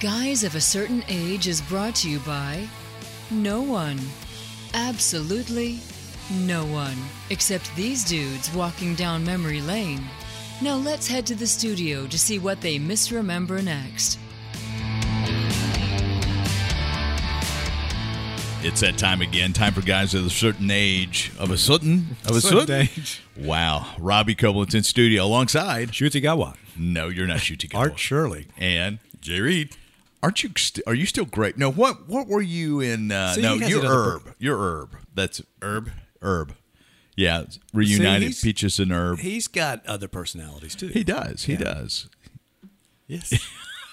Guys of a Certain Age is brought to you by no one. Absolutely no one. Except these dudes walking down memory lane. Now let's head to the studio to see what they misremember next. It's that time again. Time for guys of a certain age, of a certain, of a certain, Certain age. Wow, Robbie Copeland's in studio alongside. Shutigawa. No, you're not shooting. Art Shirley. and Jay Reed. Aren't you? St- are you still great? No. What? What were you in? Uh, See, no, he has you're another herb. You're herb. That's herb. Herb. Yeah, it's reunited he's- peaches and herb. He, He's got other personalities too. does. He does. Yes.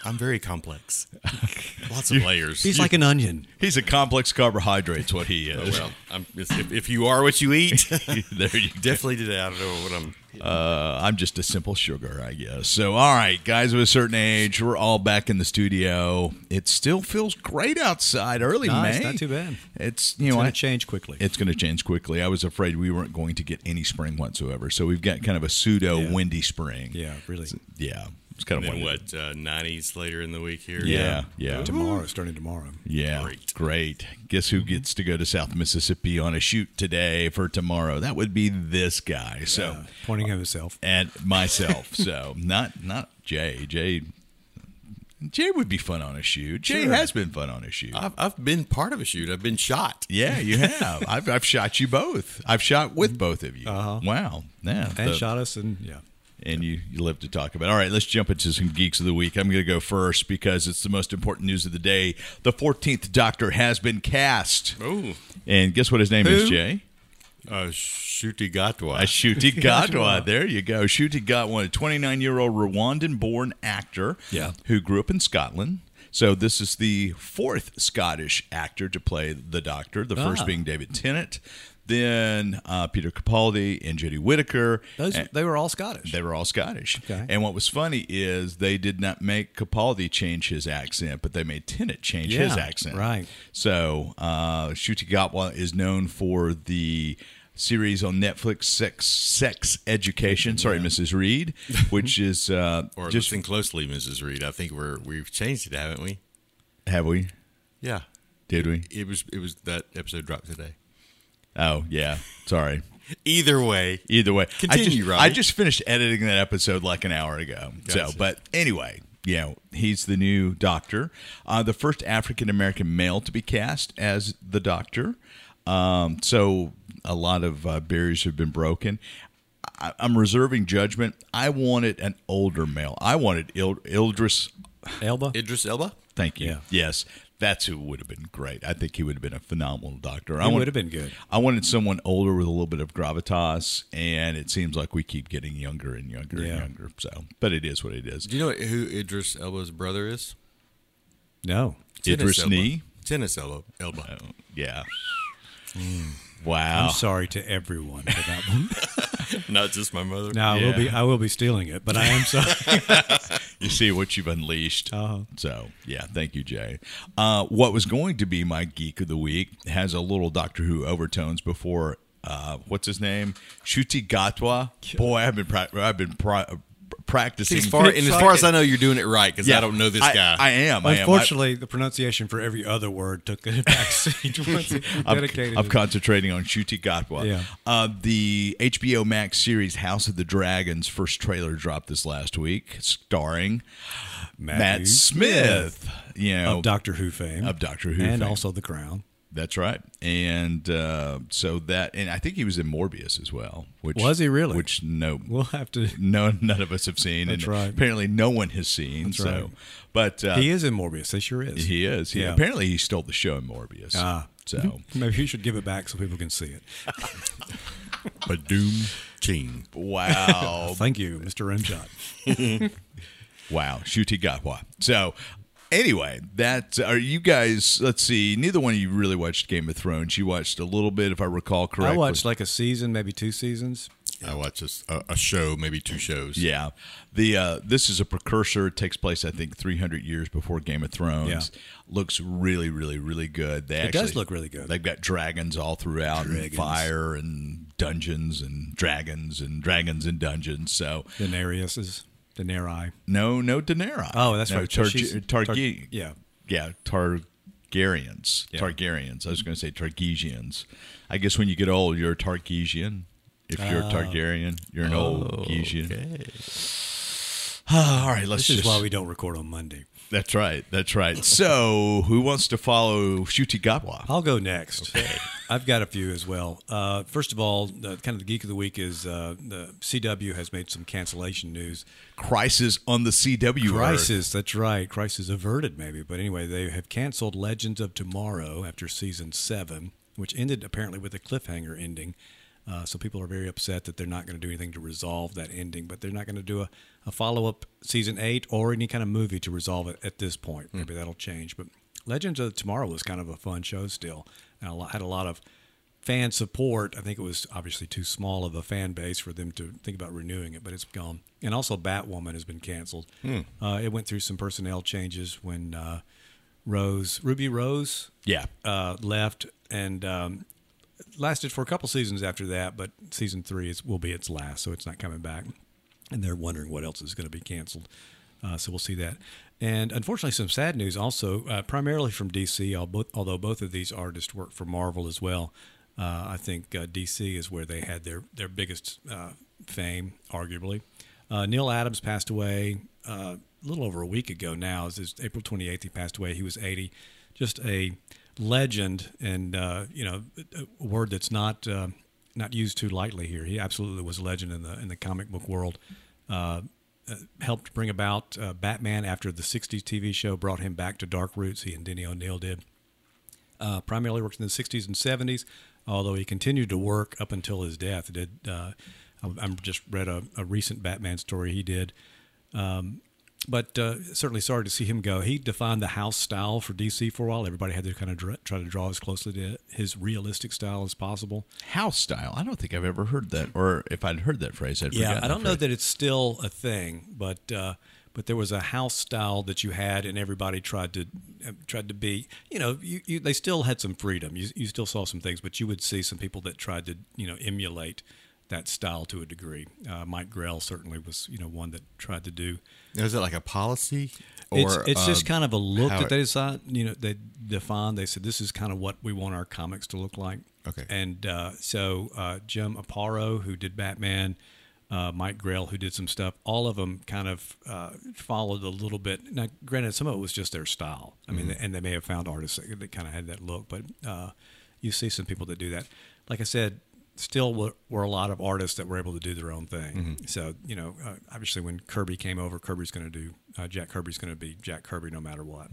I'm very complex. Lots of layers. He's like an onion. He's a complex carbohydrate's what he is. well, um, I'm, if, if- if you are what you eat, there you go. definitely did that. I don't know what I'm. I'm just a simple sugar, I guess. So, all right, guys of a certain age, we're all back in the studio. It still feels great outside early Nice, May. not too bad. It's you It's know going I- to change quickly. It's going to change quickly. I was afraid we weren't going to get any spring whatsoever. So we've got kind of a pseudo Yeah. windy spring. yeah, really. yeah. It's kind of Then what. what? Uh, 90s later in the week here. Yeah, yeah, Tomorrow, starting tomorrow. yeah. Great. Great. Guess Mm-hmm. who gets to go to South Mississippi on a shoot today for tomorrow? That would be this guy. So. Uh, pointing at himself. at myself. so not not Jay. Jay Jay would be fun on a shoot. Jay Sure. Uh, has been fun on a shoot. I've, I've been part of a shoot. I've been shot. yeah, you have. I've, I've shot you both. I've shot with both of you. Uh-huh. Wow. Yeah. And the- shot us and yeah. and you, you live to talk about. it. All right, let's jump into some geeks of the week. I'm going to go first because it's the most important news of the day. The 14th Doctor has been cast. Oh, And guess what his name is, Who? Jay? uh, shooty gatwa. A Shuti Gatwa. There you go. Shuti Gatwa, a 29 year old Rwandan born actor Yeah. who grew up in Scotland. So this is the fourth Scottish actor to play the Doctor, the first Ah. being David Tennant, then uh, Peter Capaldi and Jodie Whittaker. Those And- they were all Scottish. they were all Scottish. Okay. And what was funny is they did not make Capaldi change his accent, but they made Tennant change Yeah, his accent. right. So uh, Shuti Gatwa is known for the series on Netflix, Sex, Sex Education. Sorry, Mrs. Reed, which is uh, Or just listen closely, Mrs. Reed. I think we're we've changed it, haven't we? have we? Yeah. Did we? It was it was that episode dropped today. Oh yeah. Sorry. Either way, Either way, I Continue, just, Robbie. I just finished editing that episode like an hour ago. So, Gotcha. but anyway, you know, he's the new doctor, uh, the first African American male to be cast as the doctor. Um, so, a lot of uh, barriers have been broken. I, I'm reserving judgment. I wanted an older male. I wanted Ild- Ildris Elba. Idris Elba. Thank you. Yeah. Yes, that's who would have been great. I think he would have been a phenomenal doctor. I He want- would have been good. I wanted someone older with a little bit of gravitas, and it seems like we keep getting younger and younger and Yeah. younger. So, but it is what it is. Do you know who Idris Elba's brother is? no. Idris Oh. Elba. Knee. Tennis Elba. Elba. Yeah. Wow. Mm. Ah. I'm sorry to everyone for that one. Not just my mother. Now I Yeah. will be I will be stealing it, but I am sorry. you see what you've unleashed. Uh-huh. So, yeah, thank you, Jay. Uh, what was going to be my geek of the week has a little Doctor Who overtones before. Uh, what's his name? Shuti Gatwa. Boy, I've been pra- I've been pra- practicing. As far, and as far as I know, you're doing it right because I don't know this I- guy. I am. I am. I- Unfortunately, the pronunciation for every other word took a backseat once it I'm, dedicated. I'm to- concentrating on Shuti Gatwa. Yeah. Uh, the HBO Max series House of the Dragons first trailer dropped this last week, starring Matt Matthew Smith. You know, of Doctor Who fame. of Doctor Who And fame. also The Crown. That's right, and uh, so that, and I think he was in Morbius as well. Which Was he really? Which no, We'll have to no, none of us have seen, That's and right. apparently no one has seen. so, right. but uh, He is in Morbius. He sure is. he is. He, Yeah. Apparently, he stole the show in Morbius. Ah. so Maybe you should give it back so people can see it. Badoom Ching. wow, Thank you, Mr. Rimshot. wow, Shuti Gatwa. So. Anyway, that are you guys? Let's see. Neither one of you really watched Game of Thrones. You watched a little bit, if I recall correctly. I watched like a season, maybe two seasons. I watch this, a, a show, maybe two shows. Yeah, the uh, this is a precursor. It takes place, I think, 300 years before Game of Thrones. Yeah. Looks really, really, really good. They It does look really good. They've got dragons all throughout, and Dragons. fire, and dungeons, and dragons, and dragons and dungeons. So Daenerys is Daenerys. No, no Daenerys. Oh, that's no, right. So Tar- she's- Tar- Tar- Targi- yeah. yeah, Targaryens. Yeah. Targaryens. I was going to say Targesians. I guess when you get old, you're a Targesian. If you're Ah, a Targaryen, you're an old Gesian. all right, let's This is just. why we don't record on Monday. that's right. That's right. So, who wants to follow Shutigatwa? I'll go next. I've got a few as well. Uh, first of all, the, kind of the geek of the week is uh, the CW has made some cancellation news. Crisis on the CW. Earth. Crisis, that's right. Crisis averted, maybe. But anyway, they have canceled Legends of Tomorrow after season seven, which ended apparently with a cliffhanger ending. Uh, so people are very upset that they're not going to do anything to resolve that ending, but they're not going to do a, a follow up season eight or any kind of movie to resolve it at this point. Maybe that'll change. But Legends of Tomorrow was kind of a fun show still, and a lot, had a lot of fan support. I think it was obviously too small of a fan base for them to think about renewing it, but it's gone. And also, Batwoman has been canceled. Uh, it went through some personnel changes when uh, Rose, Ruby Rose, Yeah. uh, left, and um, lasted for a couple seasons after that. But season three is will be its last, so it's not coming back. And they're wondering what else is going to be canceled. Uh, so we'll see that. And unfortunately, some sad news also, uh, primarily from DC. al- both- Although both of these artists work for Marvel as well, uh, I think uh, DC is where they had their their biggest uh, fame, arguably. Uh, Neil Adams passed away uh, a little over a week ago now. This is April 28th, he passed away. He was 80. Just a legend, and uh, you know, a word that's not uh, not used too lightly here. He absolutely was a legend in the in the comic book world. Uh, uh, helped bring about uh, Batman after the 60s TV show brought him back to dark roots. He and Denny O'Neill did uh, primarily worked in the 60s and 70s, although he continued to work up until his death. He Did uh, I, am just read a, a recent Batman story he did, um, but uh, certainly sorry to see him go. He defined the house style for DC for a while. Everybody had to kind of dr- try to draw as closely to his realistic style as possible. House style. I don't think I've ever heard that, or if I'd heard that phrase, I'd Yeah, forgotten I don't that know phrase. that it's still a thing, but uh, but there was a house style that you had, and everybody tried to uh, tried to be. You know, you, you they still had some freedom. You you still saw some things, but you would see some people that tried to you know emulate that style to a degree. Uh, Mike Grell certainly was you know one that tried to do. Is it like a policy? it's it's just uh, kind of a look how that it- they decide. You know, they defined. They said this is kind of what we want our comics to look like. Okay. And uh, so uh, Jim Aparo, who did Batman, uh, Mike Grell, who did some stuff, all of them kind of uh, followed a little bit. Now, granted, some of it was just their style. I mean, and they may have found artists that, that kind of had that look, but uh, you see some people that do that. Like I said, still were, were a lot of artists that were able to do their own thing. So, you know, uh, obviously when Kirby came over, Kirby's going to do, uh, Jack Kirby's going to be Jack Kirby no matter what.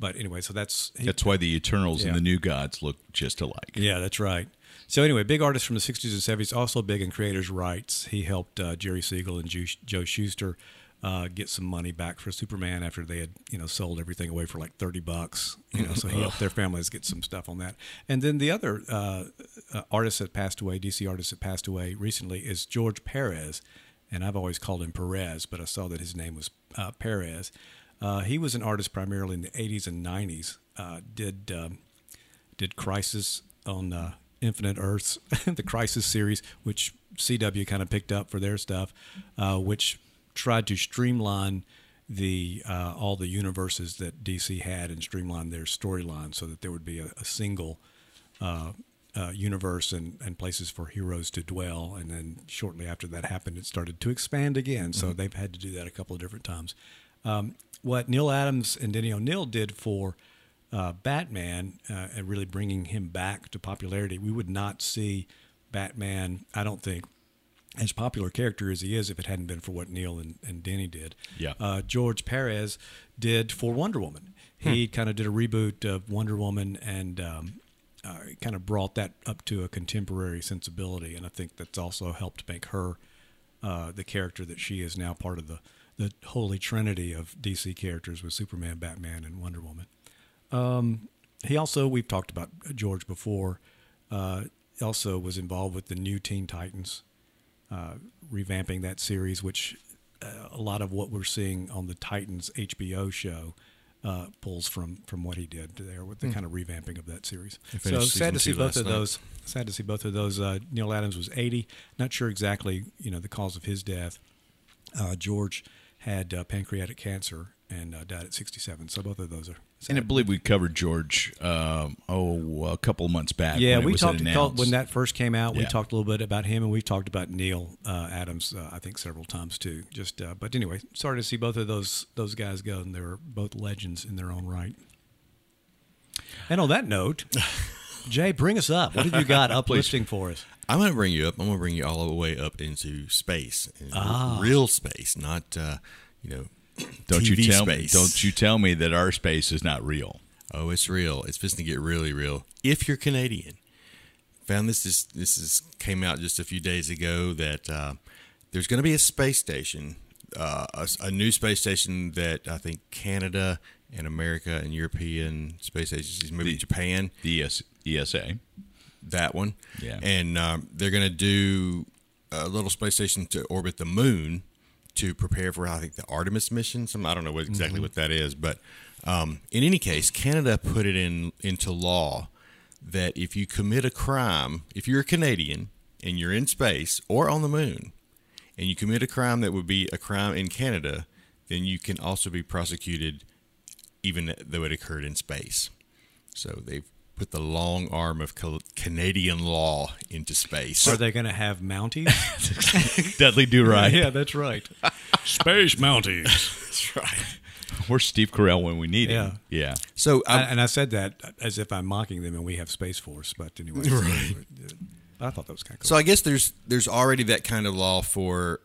But anyway, so that's, he, That's why the Eternals Yeah. and the New Gods look just alike. yeah, that's right. So anyway, big artist from the 60s and 70s, also big in creators' rights. He helped uh, Jerry Siegel and Ju- Joe Shuster uh, get some money back for Superman after they had you know sold everything away for like 30 bucks. You know, so he helped their families get some stuff on that. And then the other uh, uh, artist that passed away, DC artist that passed away recently, is George Perez, and I've always called him Perez, but I saw that his name was uh, Perez. Uh, he was an artist primarily in the 80s and 90s. Uh, did um, did Crisis on uh, Infinite Earths, the Crisis series, which CW kind of picked up for their stuff, uh, which tried to streamline the uh, all the universes that DC had and streamline their storyline so that there would be a, a single uh, universe and, and places for heroes to dwell. And then shortly after that happened, it started to expand again. So they've had to do that a couple of different times. Um, what Neil Adams and Denny O'Neill did for uh, Batman uh, and really bringing him back to popularity, we would not see Batman, I don't think, as popular a character as he is if it hadn't been for what Neil and, and Denny did. Yeah. Uh, George Perez did for Wonder Woman. He kind of did a reboot of Wonder Woman and um, uh, kind of brought that up to a contemporary sensibility. And I think that's also helped make her uh, the character that she is now part of the, the holy trinity of DC characters with Superman, Batman, and Wonder Woman he also we've talked about George before. Uh, also was involved with the new Teen Titans, uh, revamping that series, which uh, a lot of what we're seeing on the Titans HBO show uh, pulls from from what he did there with the kind of revamping of that series. So Hmm. finished sad to see season two both last of night. those. Sad to see both of those. Uh, Neil Adams was eighty. Not sure exactly you know the cause of his death uh, George had uh, pancreatic cancer and uh, died at 67. So both of those are. And I believe we covered George. Um, oh, a couple of months back. Yeah, when it we was talked announced. when that first came out. We Yeah. talked a little bit about him, and we've talked about Neil uh, Adams, uh, I think, several times too. Just, uh, but anyway, sorry to see both of those those guys go, and they're both legends in their own right. And on that note, Jay, bring us up. What have you got uplifting for us? I'm going to bring you up. I'm going to bring you all the way up into space, and real space, not uh, you know. Ah. Don't TV you tell space. me? Don't you tell me that our space is not real? Oh, it's real. It's just to get really real. If you're Canadian, found this this this is came out just a few days ago that uh, there's going to be a space station, uh, a, s- a new space station that I think Canada and America and European space agencies, maybe Japan, The E ES, ESA. that one. Yeah. And um, they're going to do a little space station to orbit the moon to prepare for, I think, the Artemis mission. Some I don't know what, exactly what that is, but um, in any case, Canada put it in into law that if you commit a crime, if you're a Canadian and you're in space or on the moon, and you commit a crime that would be a crime in Canada, then you can also be prosecuted, even though it occurred in space. So they've put the long arm of Cal- Canadian law into space. Are they going to have Mounties? Dudley Do Right. yeah, that's right. Space Mounties. That's right. We're Steve Carell when we need him. Yeah. So um, I, and I said that as if I'm mocking them, and we have Space Force. But anyway, right. I thought that was kind of cool. so I guess there's there's already that kind of law for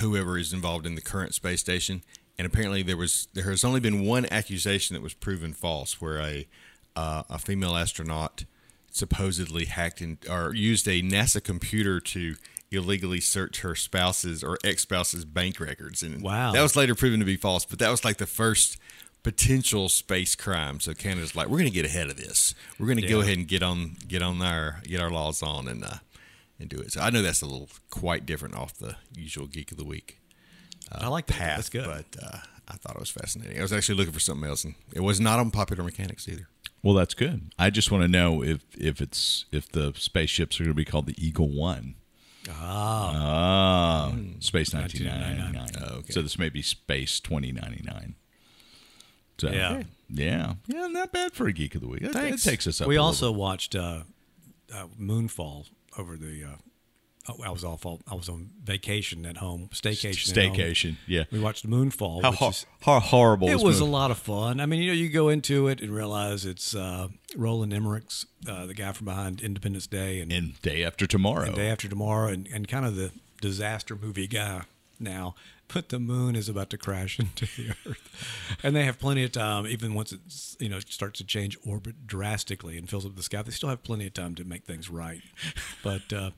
whoever is involved in the current space station. And apparently there was there has only been one accusation that was proven false, where a uh, a female astronaut supposedly hacked in, or used a NASA computer to illegally search her spouse's or ex spouse's bank records. And Wow. that was later proven to be false. But that was like the first potential space crime. So Canada's like, we're going to get ahead of this. We're going to go Yeah. ahead and get on get on our get our laws on and uh, and do it. So I know that's a little quite different off the usual geek of the week I like that. path. That's good. But uh, I thought it was fascinating. I was actually looking for something else, and it was not on Popular Mechanics either. Well, that's good. I just want to know if if it's if the spaceships are going to be called the Eagle One. Ah. Hmm. Space 1999. Oh, okay. So this may be Space 2099. So, Yeah. Yeah. Yeah, not bad for a Geek of the Week. That, that Thanks. takes us up. We a little also watched uh, uh, Moonfall over the. Uh, oh, I was off. I was on vacation at home, staycation. at home. Staycation, yeah. we watched Moonfall. bit. which How, is, how horrible it this was a movie- lot of fun. I mean, you know, you go into it and realize it's uh, Roland Emmerich's, uh, the guy from behind Independence Day and And day after tomorrow. Day After Tomorrow, and, and kind of the disaster movie guy now. But the moon is about to crash into the earth, and they have plenty of time. Even once it's you know starts to change orbit drastically and fills up the sky, they still have plenty of time to make things right. But uh,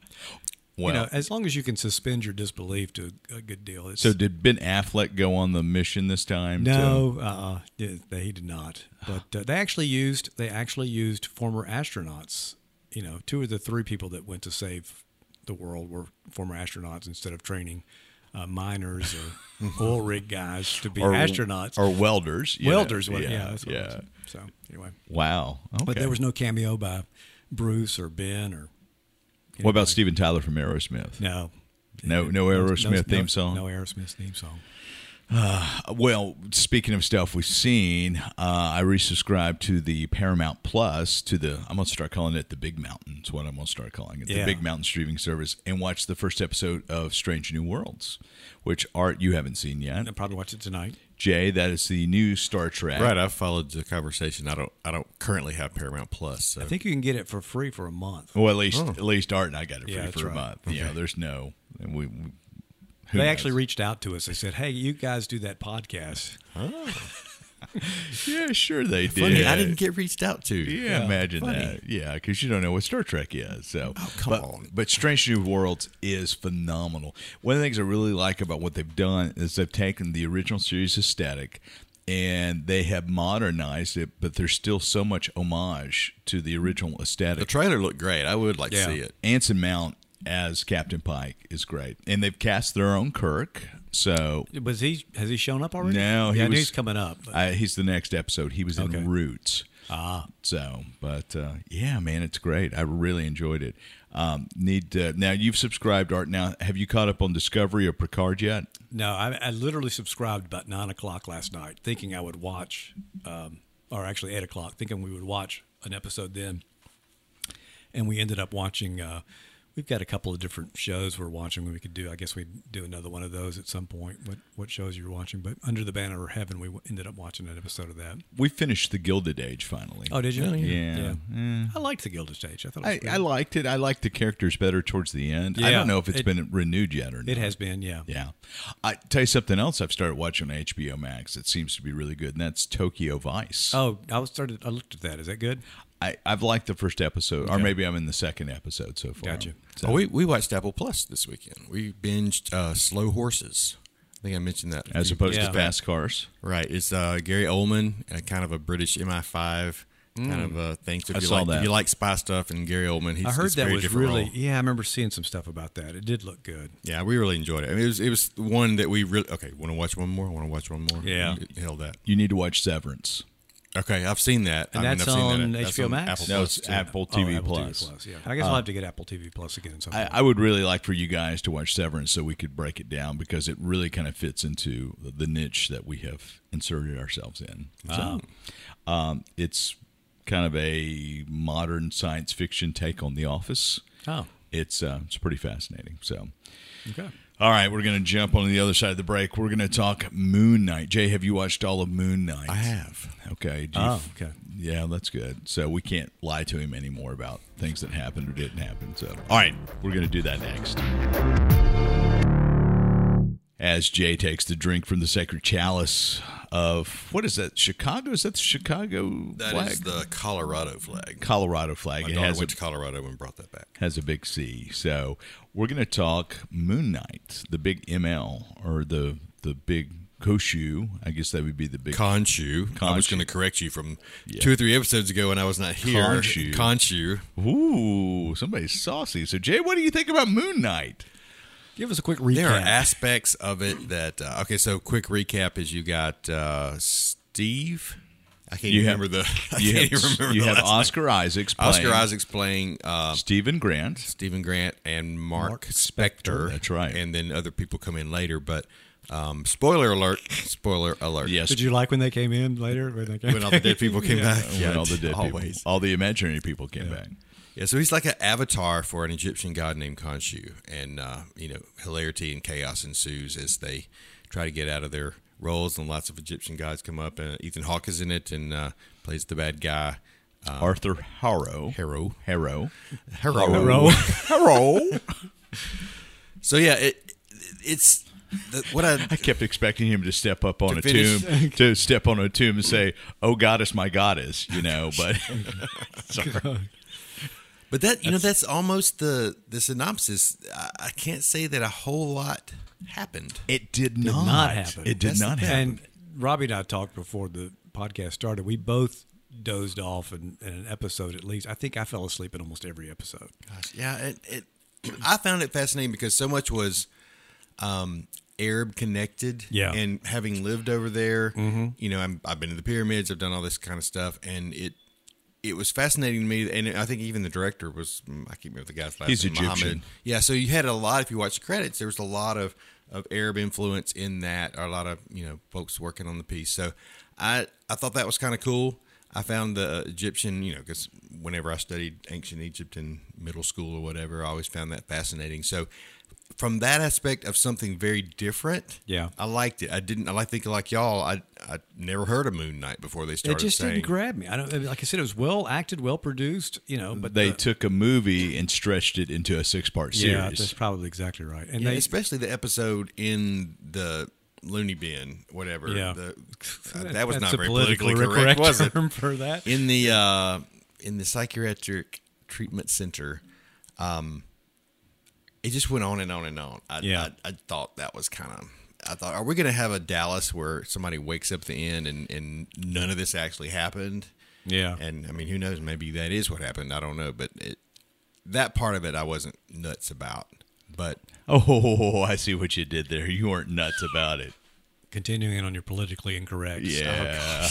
well, you know, as long as you can suspend your disbelief to a good deal, it's so did Ben Affleck go on the mission this time? to- no, uh, yeah, they, he did not. But uh, they actually used they actually used former astronauts. You know, two of the three people that went to save the world were former astronauts instead of training uh, miners or oil rig guys to be or astronauts or welders? you know. welders. what- yeah, that's what it yeah. was. So anyway, Wow. Okay. but there was no cameo by Bruce or Ben or What about Steven Tyler from Aerosmith? no. No, no Aerosmith no, theme song. No Aerosmith theme song. Well, speaking of stuff we've seen, uh, I resubscribed to the Paramount Plus to the. I'm gonna start calling it the Big Mountain. Is what I'm gonna start calling it, the Yeah. Big Mountain streaming service, and watched the first episode of Strange New Worlds, which Art you haven't seen yet. I probably watch it tonight. Jay, that is the new Star Trek. Right, I followed the conversation. I don't I don't currently have Paramount Plus. So. I think you can get it for free for a month. Well, at least Oh. at least Art and I got it free Yeah, that's for a right. month. Yeah, there's no. And we. we- who they knows? actually reached out to us. They said, "Hey, you guys do that podcast." Yeah, sure they did. Funny, I didn't get reached out to. Yeah, imagine that. Yeah, because you don't know what Star Trek is. So, Oh, come but, on. But Strange New Worlds is phenomenal. One of the things I really like about what they've done is they've taken the original series aesthetic and they have modernized it, but there's still so much homage to the original The aesthetic. trailer looked great. I would like Yeah. to see it. Anson Mount as Captain Pike is great, and they've cast their own Kirk. So Was he? Has he shown up already? No, he yeah, I knew was- he's coming up. but- I, he's the next episode. He was in Okay. Roots. Ah. So, but uh, yeah, man, it's great. I really enjoyed it. Um, need to, now you've subscribed Art. Now have you caught up on Discovery or Picard yet? No, I, I literally subscribed about nine o'clock last night, thinking I would watch, um, or actually eight o'clock, thinking we would watch an episode then. And we ended up watching. Uh, we've got a couple of different shows we're watching. We could do. I guess we'd do another one of those at some point. What what shows you're watching? But Under the Banner of Heaven, we ended up watching an episode of that. We finished the Gilded Age finally. Oh, did you? yeah. I liked the Gilded Age. I thought it was I, good. I liked it. I liked the characters better towards the end. I Yeah. don't know if it's It- been renewed yet or not. it has been. Yeah. Yeah. I tell you something else I've started watching on HBO Max that seems to be really good, and that's Tokyo Vice. Oh, I was started. I looked at that. Is that good? I, I've liked the first episode, or maybe I'm in the second episode so far. Gotcha. So- Oh, we, we watched Apple Plus this weekend. We binged uh, Slow Horses. I think I mentioned that. as opposed Yeah. to Fast Cars. Right. It's uh, Gary Oldman, uh, kind of a British MI5 kind of uh, thing. Hmm. So if I you saw like, that. If you like spy stuff and Gary Oldman, he's I heard it's that very was different really. role. Yeah, I remember seeing some stuff about that. It did look good. Yeah, we really enjoyed it. I mean, it was it was one that we really okay. Want to watch one more? Want to watch one more? Yeah. It held that. You need to watch Severance. Okay, I've seen that. And I mean, that's I've seen on that. HBO Max? Apple No, Plus, it's too. Apple Oh, TV Apple Plus. Yeah, I Uh, guess I'll have to get Apple TV Plus again. Something. I, I would really like for you guys to watch Severance so we could break it down because it really kind of fits into the- the niche that we have inserted ourselves in. So, Ah. um, it's kind of a modern science fiction take on The Office. oh, It's uh, it's pretty fascinating. So, okay. all right, we're going to jump on the other side of the break. We're going to talk Moon Knight. Jay, have you watched all of Moon Knight? I have. Okay. do you Oh, f- okay. Yeah, that's good. So we can't lie to him anymore about things that happened or didn't happen. So, all right, we're going to do that next. As Jay takes the drink from the sacred chalice of what is that? Chicago? Is that the Chicago That is flag? the Colorado flag. Colorado flag. My it daughter has a, went to Colorado and brought that back. has a big C. So we're going to talk Moon Knight, the big ML or the the big Koshu. I guess that would be the big Conchu. I was Khonshu. going to correct you from two or three episodes ago when I was not here. Khonshu. Khonshu. Ooh, somebody's saucy. So, Jay, what do you think about Moon Knight? Give us a quick recap. There are aspects of it that uh, okay. So quick recap is you got uh, Steve. I can't You even have- remember the. I You have, can't even remember you the have last name. Oscar Isaacs playing Oscar Isaac's playing uh, Stephen Grant. Stephen Grant and Mark, Spector. That's right. And then other people come in later. But um, spoiler alert! Spoiler alert! Yes, Did you like when they came in later? When they came When all the dead people came back. when all the dead always. people, all the imaginary people came back. Yeah, so he's like an avatar for an Egyptian god named Khonshu, and uh, you know hilarity and chaos ensues as they try to get out of their roles, and lots of Egyptian gods come up. And Ethan Hawke is in it and uh, plays the bad guy. Arthur Harrow. Um, Harrow. Harrow. Harrow. Row. Harrow. Um, So yeah, it it's the, what I I kept expecting him to step up on To a finish. tomb, to step on a tomb and say, "Oh goddess, my goddess," you know. But But that you know that's almost the the synopsis. I, I can't say that a whole lot happened. it did, not not happen. It did That's the not thing. happen. And Robbie and I talked before the podcast started. We both dozed off in, in an episode at least. I think I fell asleep in almost every episode. Yeah, it, it I found it fascinating because so much was um Arab connected. Yeah. and having lived over there, Mm-hmm. you know, I'm, I've been to the pyramids. I've done all this kind of stuff, and it. It was fascinating to me, and I think even the director was. mm, I can't remember the guy's last He's name. Mohammed. Egyptian. Yeah, so you had a lot. If you watch the credits, there was a lot of of Arab influence in that, or a lot of you know folks working on the piece. So I I thought that was kind of cool. I found the Egyptian, you know, because whenever I studied ancient Egypt in middle school or whatever, I always found that fascinating. So from that aspect of something very different, Yeah. I liked it. I didn't. I like thinking like y'all. I I never heard of Moon Knight before they It started. just saying, didn't grab me. I don't like I said it was well acted, well produced, you know, but they the- took a movie and stretched it into a six-part Yeah, series. that's probably exactly right. And Yeah, they especially the episode in the loony bin, whatever. Yeah. the- uh, that was That's not a very politically, correct, was it? term for that. In the uh, in the psychiatric treatment center, um, it just went on and on and on. I, Yeah. I, I thought that was kind of. I thought, are we going to have a Dallas where somebody wakes up at the end and, and none of this actually happened? Yeah. And I mean, who knows? Maybe that is what happened. I don't know, but it, that part of it I wasn't nuts about. But Oh, I see what you did there. You weren't nuts about it. continuing on your politically incorrect. Yeah.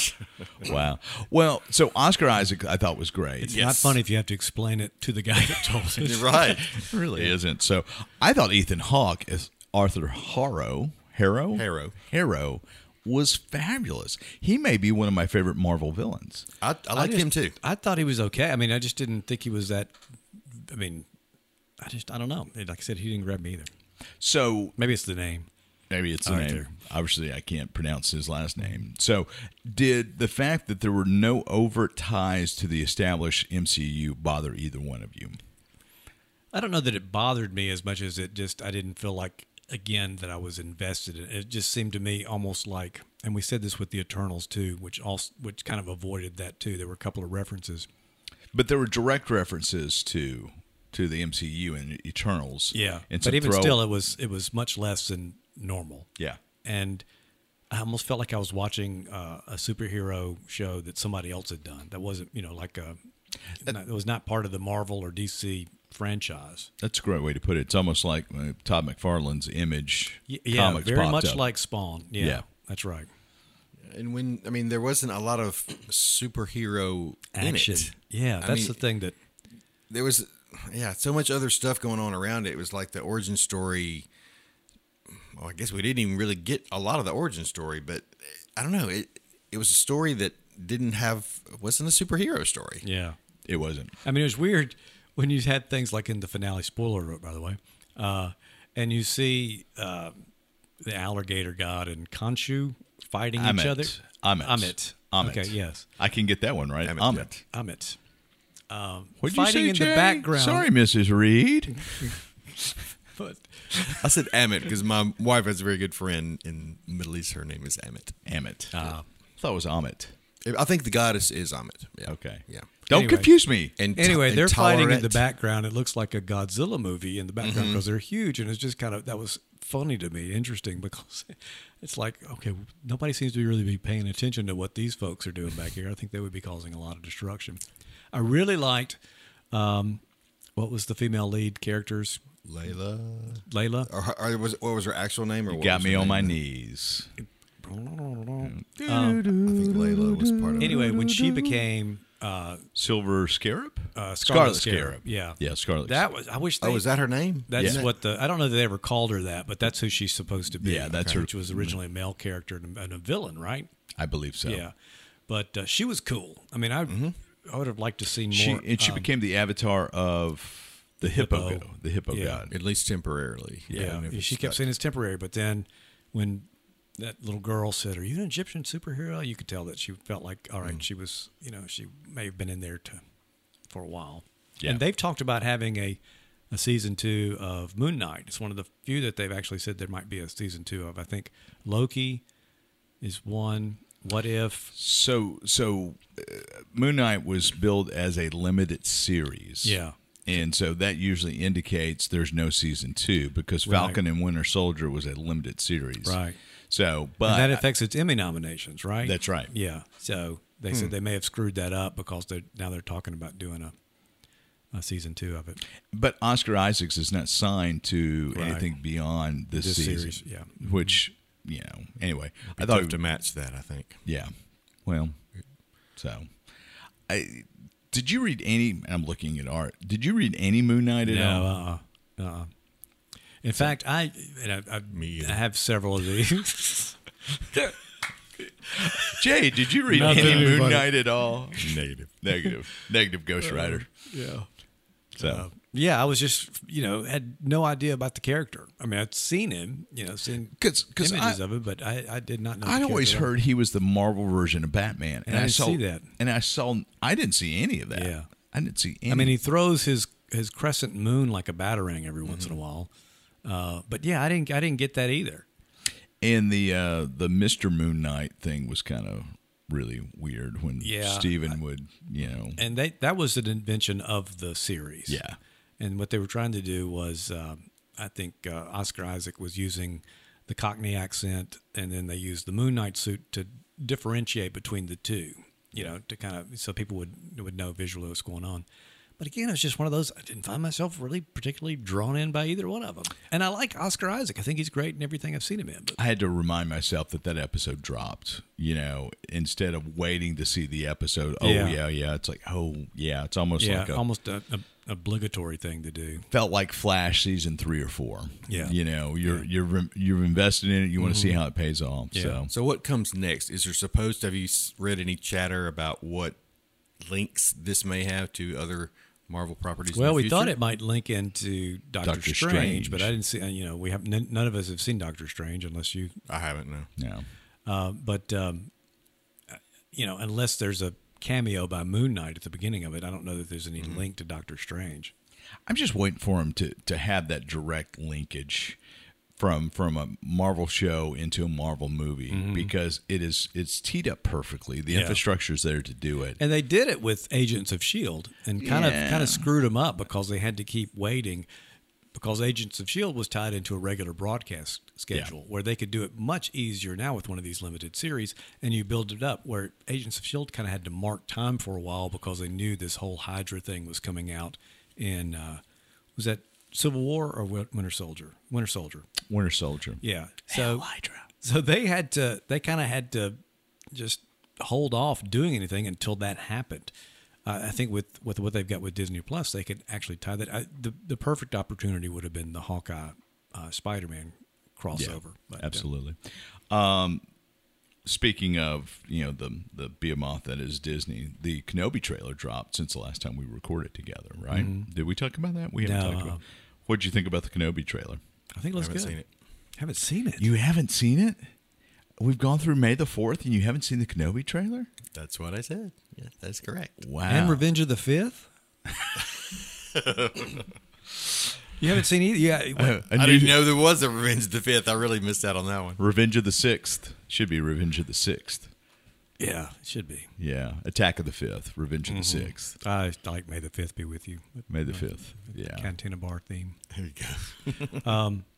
wow. Well, so Oscar Isaac, I thought was great. It's not funny if you have to explain it to the guy that told it. You're right. really isn't. So I thought Ethan Hawke as Arthur Harrow, Harrow, Harrow. Harrow was fabulous. He may be one of my favorite Marvel villains. I, I liked just- him too. I thought he was okay. I mean, I just didn't think he was that. I mean, I just I don't know. Like I said, he didn't grab me either. So Maybe it's the name. maybe it's the Arthur. name. Obviously, I can't pronounce his last name. So, did the fact that there were no overt ties to the established MCU bother either one of you? I don't know that it bothered me as much as it just I didn't feel like again that I was invested in. it. It just seemed to me almost like, and we said this with the Eternals too, which also which kind of avoided that too. There were a couple of references. But there were direct references to to the MCU and Eternals. and some but even throw- still, it was it was much less than normal. yeah, and I almost felt like I was watching uh, a superhero show that somebody else had done. That wasn't you know like a that was not part of the Marvel or DC franchise. that's a great way to put it. It's almost like uh, Todd McFarlane's image. Y- Yeah, comics very popped much up. like Spawn. Yeah, Yeah. that's right. And when I mean, there wasn't a lot of superhero Action. In it. Yeah, I that's mean, the thing that There was, yeah, so much other stuff going on around it. It was like the origin story. Well, I guess we didn't even really get a lot of the origin story, but I don't know. It it was a story that didn't have wasn't a superhero story. yeah. It wasn't. I mean, it was weird when you had things like in the finale. Spoiler alert, by the way. Uh, and you see uh, the alligator god and Khonshu fighting Amit. each other. Amit. Amit. Amit. Okay. Yes. I can get that one right. Amit, Amit. Amit. What'd Fighting in the background. Sorry, Mrs. Reed. But I said Amit because my wife has a very good friend in the Middle East. Her name is Amit. Amit. Ah. I thought it was Amit. I think the goddess is Amit. Yeah. Okay. Yeah. Don't Anyway. confuse me. And anyway, to- they're fighting in intolerant. the background. It looks like a Godzilla movie in the background because they're huge, and it's just kind of that was funny to me, interesting because it's like okay, nobody seems to really be paying attention to what these folks are doing back here. I think they would be causing a lot of destruction. I really liked um, what was the female lead character's Layla. Layla. Or, her- or was what was her actual name? Or what Got was me her on my name? knees. I think Layla was part of. Anyway, when she became uh, Silver Scarab? uh, Scarlet, Scarab. Scarab, yeah, Yeah, Scarlet that was I wish. They, it. Oh, was that her name? That's Yeah. what the I don't know that they ever called her that, but that's who she's supposed to be. Yeah, that's her- mm-hmm. Which was originally a male character and a, and a villain, right? I believe so. Yeah, but uh, she was cool. I mean, I I would have liked to see more. Mm-hmm. She and she um, became the avatar of the hippo, Hippo. go- the hippo Yeah. god. At least temporarily. yeah, she kept saying it's temporary, but then when that little girl said, "Are you an Egyptian superhero?" You could tell that she felt like, all right, she was, you know, she may have been in there to for a while. Yeah. And they've talked about having a a season two of Moon Knight. It's one of the few that they've actually said there might be a season two of. I think Loki is one. What if? So so uh, Moon Knight was billed as a limited series. Yeah. And so that usually indicates there's no season 2 because Falcon and Winter Soldier was a limited series. Right. So, but And that affects its Emmy nominations, right? That's right. Hmm. Yeah. So they said they may have screwed that up because they're now they're talking about doing a a season two of it. But Oscar Isaacs is not signed to Right. anything beyond this, This season, series, yeah. Mm-hmm. Which you know. Anyway, I I thought thought. tough to match that. I think. yeah. Well, so I did you read any? and I'm looking at art. Did you read any Moon Knight at No, all? uh, uh-uh, uh, In fact, I and I, I, Me either. I have several of these. Jay, did you read Not any really, Moon buddy. Knight at all? Negative. negative, negative Uh, Ghost Rider. yeah. So uh, Yeah, I was just you know had no idea about the character. I mean, I'd seen him, you know, seen 'Cause- 'cause images I- of it, but I, I did not know. the I'd always character at all. heard he was the Marvel version of Batman, and, I I, didn't saw see that. and I saw I didn't see any of that. Yeah. I didn't see. Any. I mean, he throws his his crescent moon like a batarang every once in a Mm-hmm. while. Uh, but yeah, I didn't I didn't get that either. And the uh, the Mister Moon Knight thing was kind of really weird when Yeah. Steven would, you know, And they, that was an invention of the series. Yeah. And what they were trying to do was, um, I think uh, Oscar Isaac was using the Cockney accent, and then they used the Moon Knight suit to differentiate between the two. You know, to kind of so people would would know visually what's going on. But again, it was just one of those. I didn't find myself really particularly drawn in by either one of them. And I like Oscar Isaac. I think he's great in everything I've seen him in. But I had to remind myself that that episode dropped, you know, instead of waiting to see the episode. Oh, Yeah. yeah, yeah. It's like, oh, yeah. It's almost yeah, like a, almost a, a obligatory thing to do. felt like Flash season three or four. Yeah. Mm-hmm. You know, you're, you're, you're invested in it. You want to see how it pays off. So, So what comes next? Is there supposed to have you s- read any chatter about what links this may have to other Marvel properties? in Well, the we thought future? it might link into Doctor, Doctor Strange, Strange. but I didn't see. uh, You know, we have none, none of us have seen Doctor Strange unless you. I haven't. No. yeah. Uh, but um, uh, you know, unless there's a cameo by Moon Knight at the beginning of it, I don't know that there's any Mm-hmm. link to Doctor Strange. I'm just waiting for him to to have that direct linkage from from a Marvel show into a Marvel movie because it is it's teed up perfectly. The Yeah. infrastructure is there to do it. And they did it with Agents of Shield, E and kind of kind of screwed them up because they had to keep waiting because Agents of Shield E was tied into a regular broadcast schedule where they could do it much easier now with one of these limited series, and you build it up. Where Agents of Shield kind of had to mark time for a while because they knew this whole Hydra thing was coming out in uh, was that Civil War or Win- Winter Soldier? Winter Soldier. Winter Soldier. Yeah. So So they had to they kind of had to just hold off doing anything until that happened. Uh, I think with, with what they've got with Disney Plus, they could actually tie that. I, the the perfect opportunity would have been the Hawkeye uh, Spider Man crossover. But, uh, Absolutely. Um, speaking of you know the the behemoth that is Disney, the Kenobi trailer dropped since the last time we recorded together, right? Did we talk about that? We haven't No, talked uh-uh. about. What would you think about the Kenobi trailer? I think it looks Haven't good. seen it. Haven't seen it. You haven't seen it. We've gone through May the fourth, and you haven't seen the Kenobi trailer. That's what I said. Yeah, that's correct. Wow. and Revenge of the Fifth. you haven't seen either. Yeah. Uh, a I new- didn't know there was a Revenge of the Fifth. I really missed out on that one. Revenge of the Sixth should be Revenge of the Sixth. yeah. It should be. Yeah, Attack of the Fifth, Revenge of the Mm-hmm. Sixth, I like May the Fifth be with you. May the Fifth. Yeah, Cantina bar theme. There you go.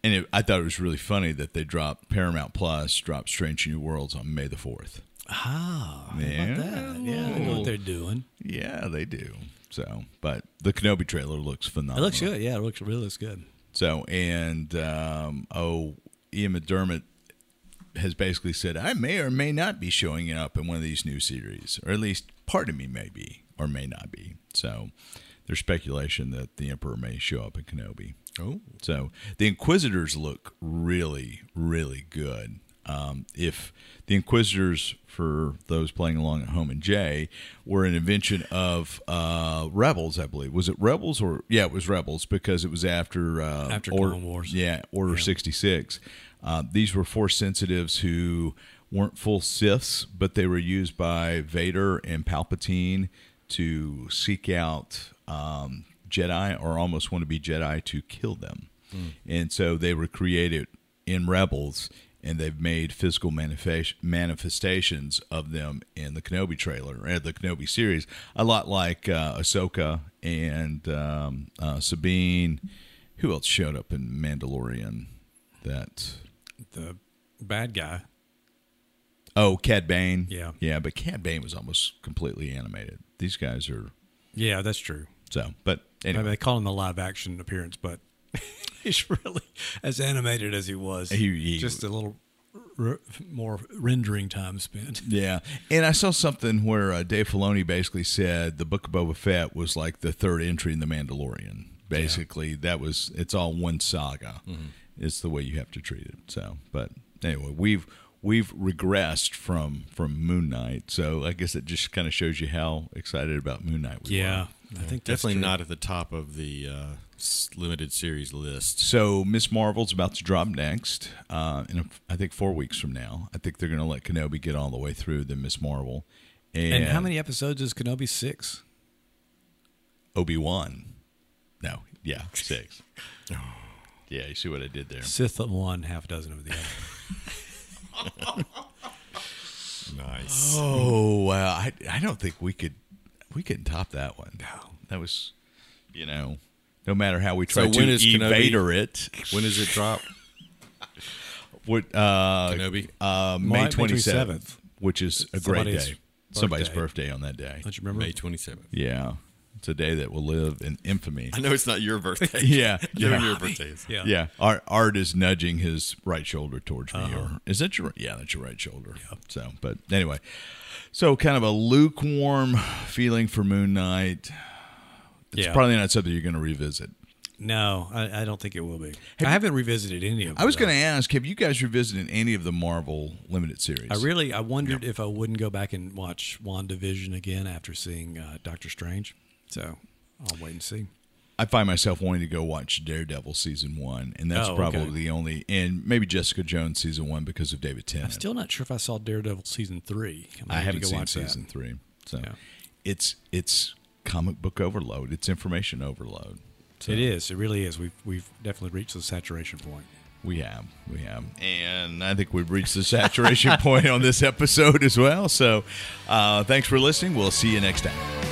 and it, I thought it was really funny that they dropped Paramount Plus dropped Strange New Worlds on May the Fourth. Ah, how Yeah. about that? Yeah, I know what they're doing. Yeah, they do. So, but the Kenobi trailer looks It phenomenal. looks good. Yeah, it looks really looks good. So, and um, oh, Ian McDermott has basically said I may or may not be showing up in one of these new series, or at least part of me may be or may not be. So, there's speculation that the Emperor may show up in Kenobi. Oh, So the Inquisitors look really, really good. Um, if the Inquisitors, for those playing along at home and Jay, were an invention of uh, Rebels, I believe. Was it Rebels or yeah, it was Rebels because it was after uh, After Clone Wars. Yeah, Order sixty six. Uh, these were Force sensitives who weren't full Siths, but they were used by Vader and Palpatine to seek out um, Jedi or almost want to be Jedi to kill them. Hmm. And so they were created in Rebels and they've made physical manifest- manifestations of them in the Kenobi trailer, or the Kenobi series, a lot like uh, Ahsoka and um, uh, Sabine. Who else showed up in Mandalorian? That The bad guy. oh, Cad Bane. Yeah. yeah, but Cad Bane was almost completely animated. These guys are Yeah, that's true. so. But I anyway, mean, they call him the live action appearance, but he's really as animated as he was. He- he- just a little r- more rendering time spent. Yeah, and I saw something where uh, Dave Filoni basically said the Book of Boba Fett was like the third entry in the Mandalorian. Basically, that was it's all one saga. Mm-hmm. It's the way you have to treat it. So, but anyway, we've we've regressed from from Moon Knight. So I guess it just kind of shows you how excited about Moon Knight we were. Yeah, I think that's definitely true. not at the top of the uh, s- limited series list. So Miss Marvel's about to drop next, uh, in a, I think four weeks from now. I think they're going to let Kenobi get all the way through the Miss Marvel. And, And how many episodes is Kenobi six? Obi Wan. No, yeah, six. yeah, you see what I did there. Sith of one, half a dozen of the other. Nice. Oh wow, I I don't think we could we couldn't top that one. No, that was you know no matter how we try So to when is Kenobi- evader it. When does it drop? What uh, Kenobi? uh, May May twenty 27th. seventh, which is a great Somebody's day. Somebody's birthday. birthday on that day. Don't you remember? May 27th. Yeah, It's a day that will live in infamy. I know it's not your birthday. Yeah, They're yeah. your birthdays. Yeah. Yeah, Art, Art is nudging his right shoulder towards me. Uh-huh. Or is that your? Yeah, that's your right shoulder. So, but anyway, so kind of a lukewarm feeling for Moon Knight. It's Yeah. probably not something you're going to revisit. No, I, I don't think it will be. I haven't revisited any of. I was going to. to ask, have you guys revisited any of the Marvel limited series? I really, I wondered if I wouldn't go back and watch WandaVision again after seeing uh, Doctor Strange. So I'll wait and see. I find myself wanting to go watch Daredevil season one, and that's Oh, okay. probably the only, and maybe Jessica Jones season one because of David Tennant. Still not sure if I saw Daredevil season three. I'm gonna I have to haven't go seen watch that. season three, so Yeah. it's it's comic book overload. It's information overload. So It is. It really is. We've we've definitely reached the saturation point. we have we have, and I think we've reached the saturation point on this episode as well. So, uh, thanks for listening. We'll see you next time.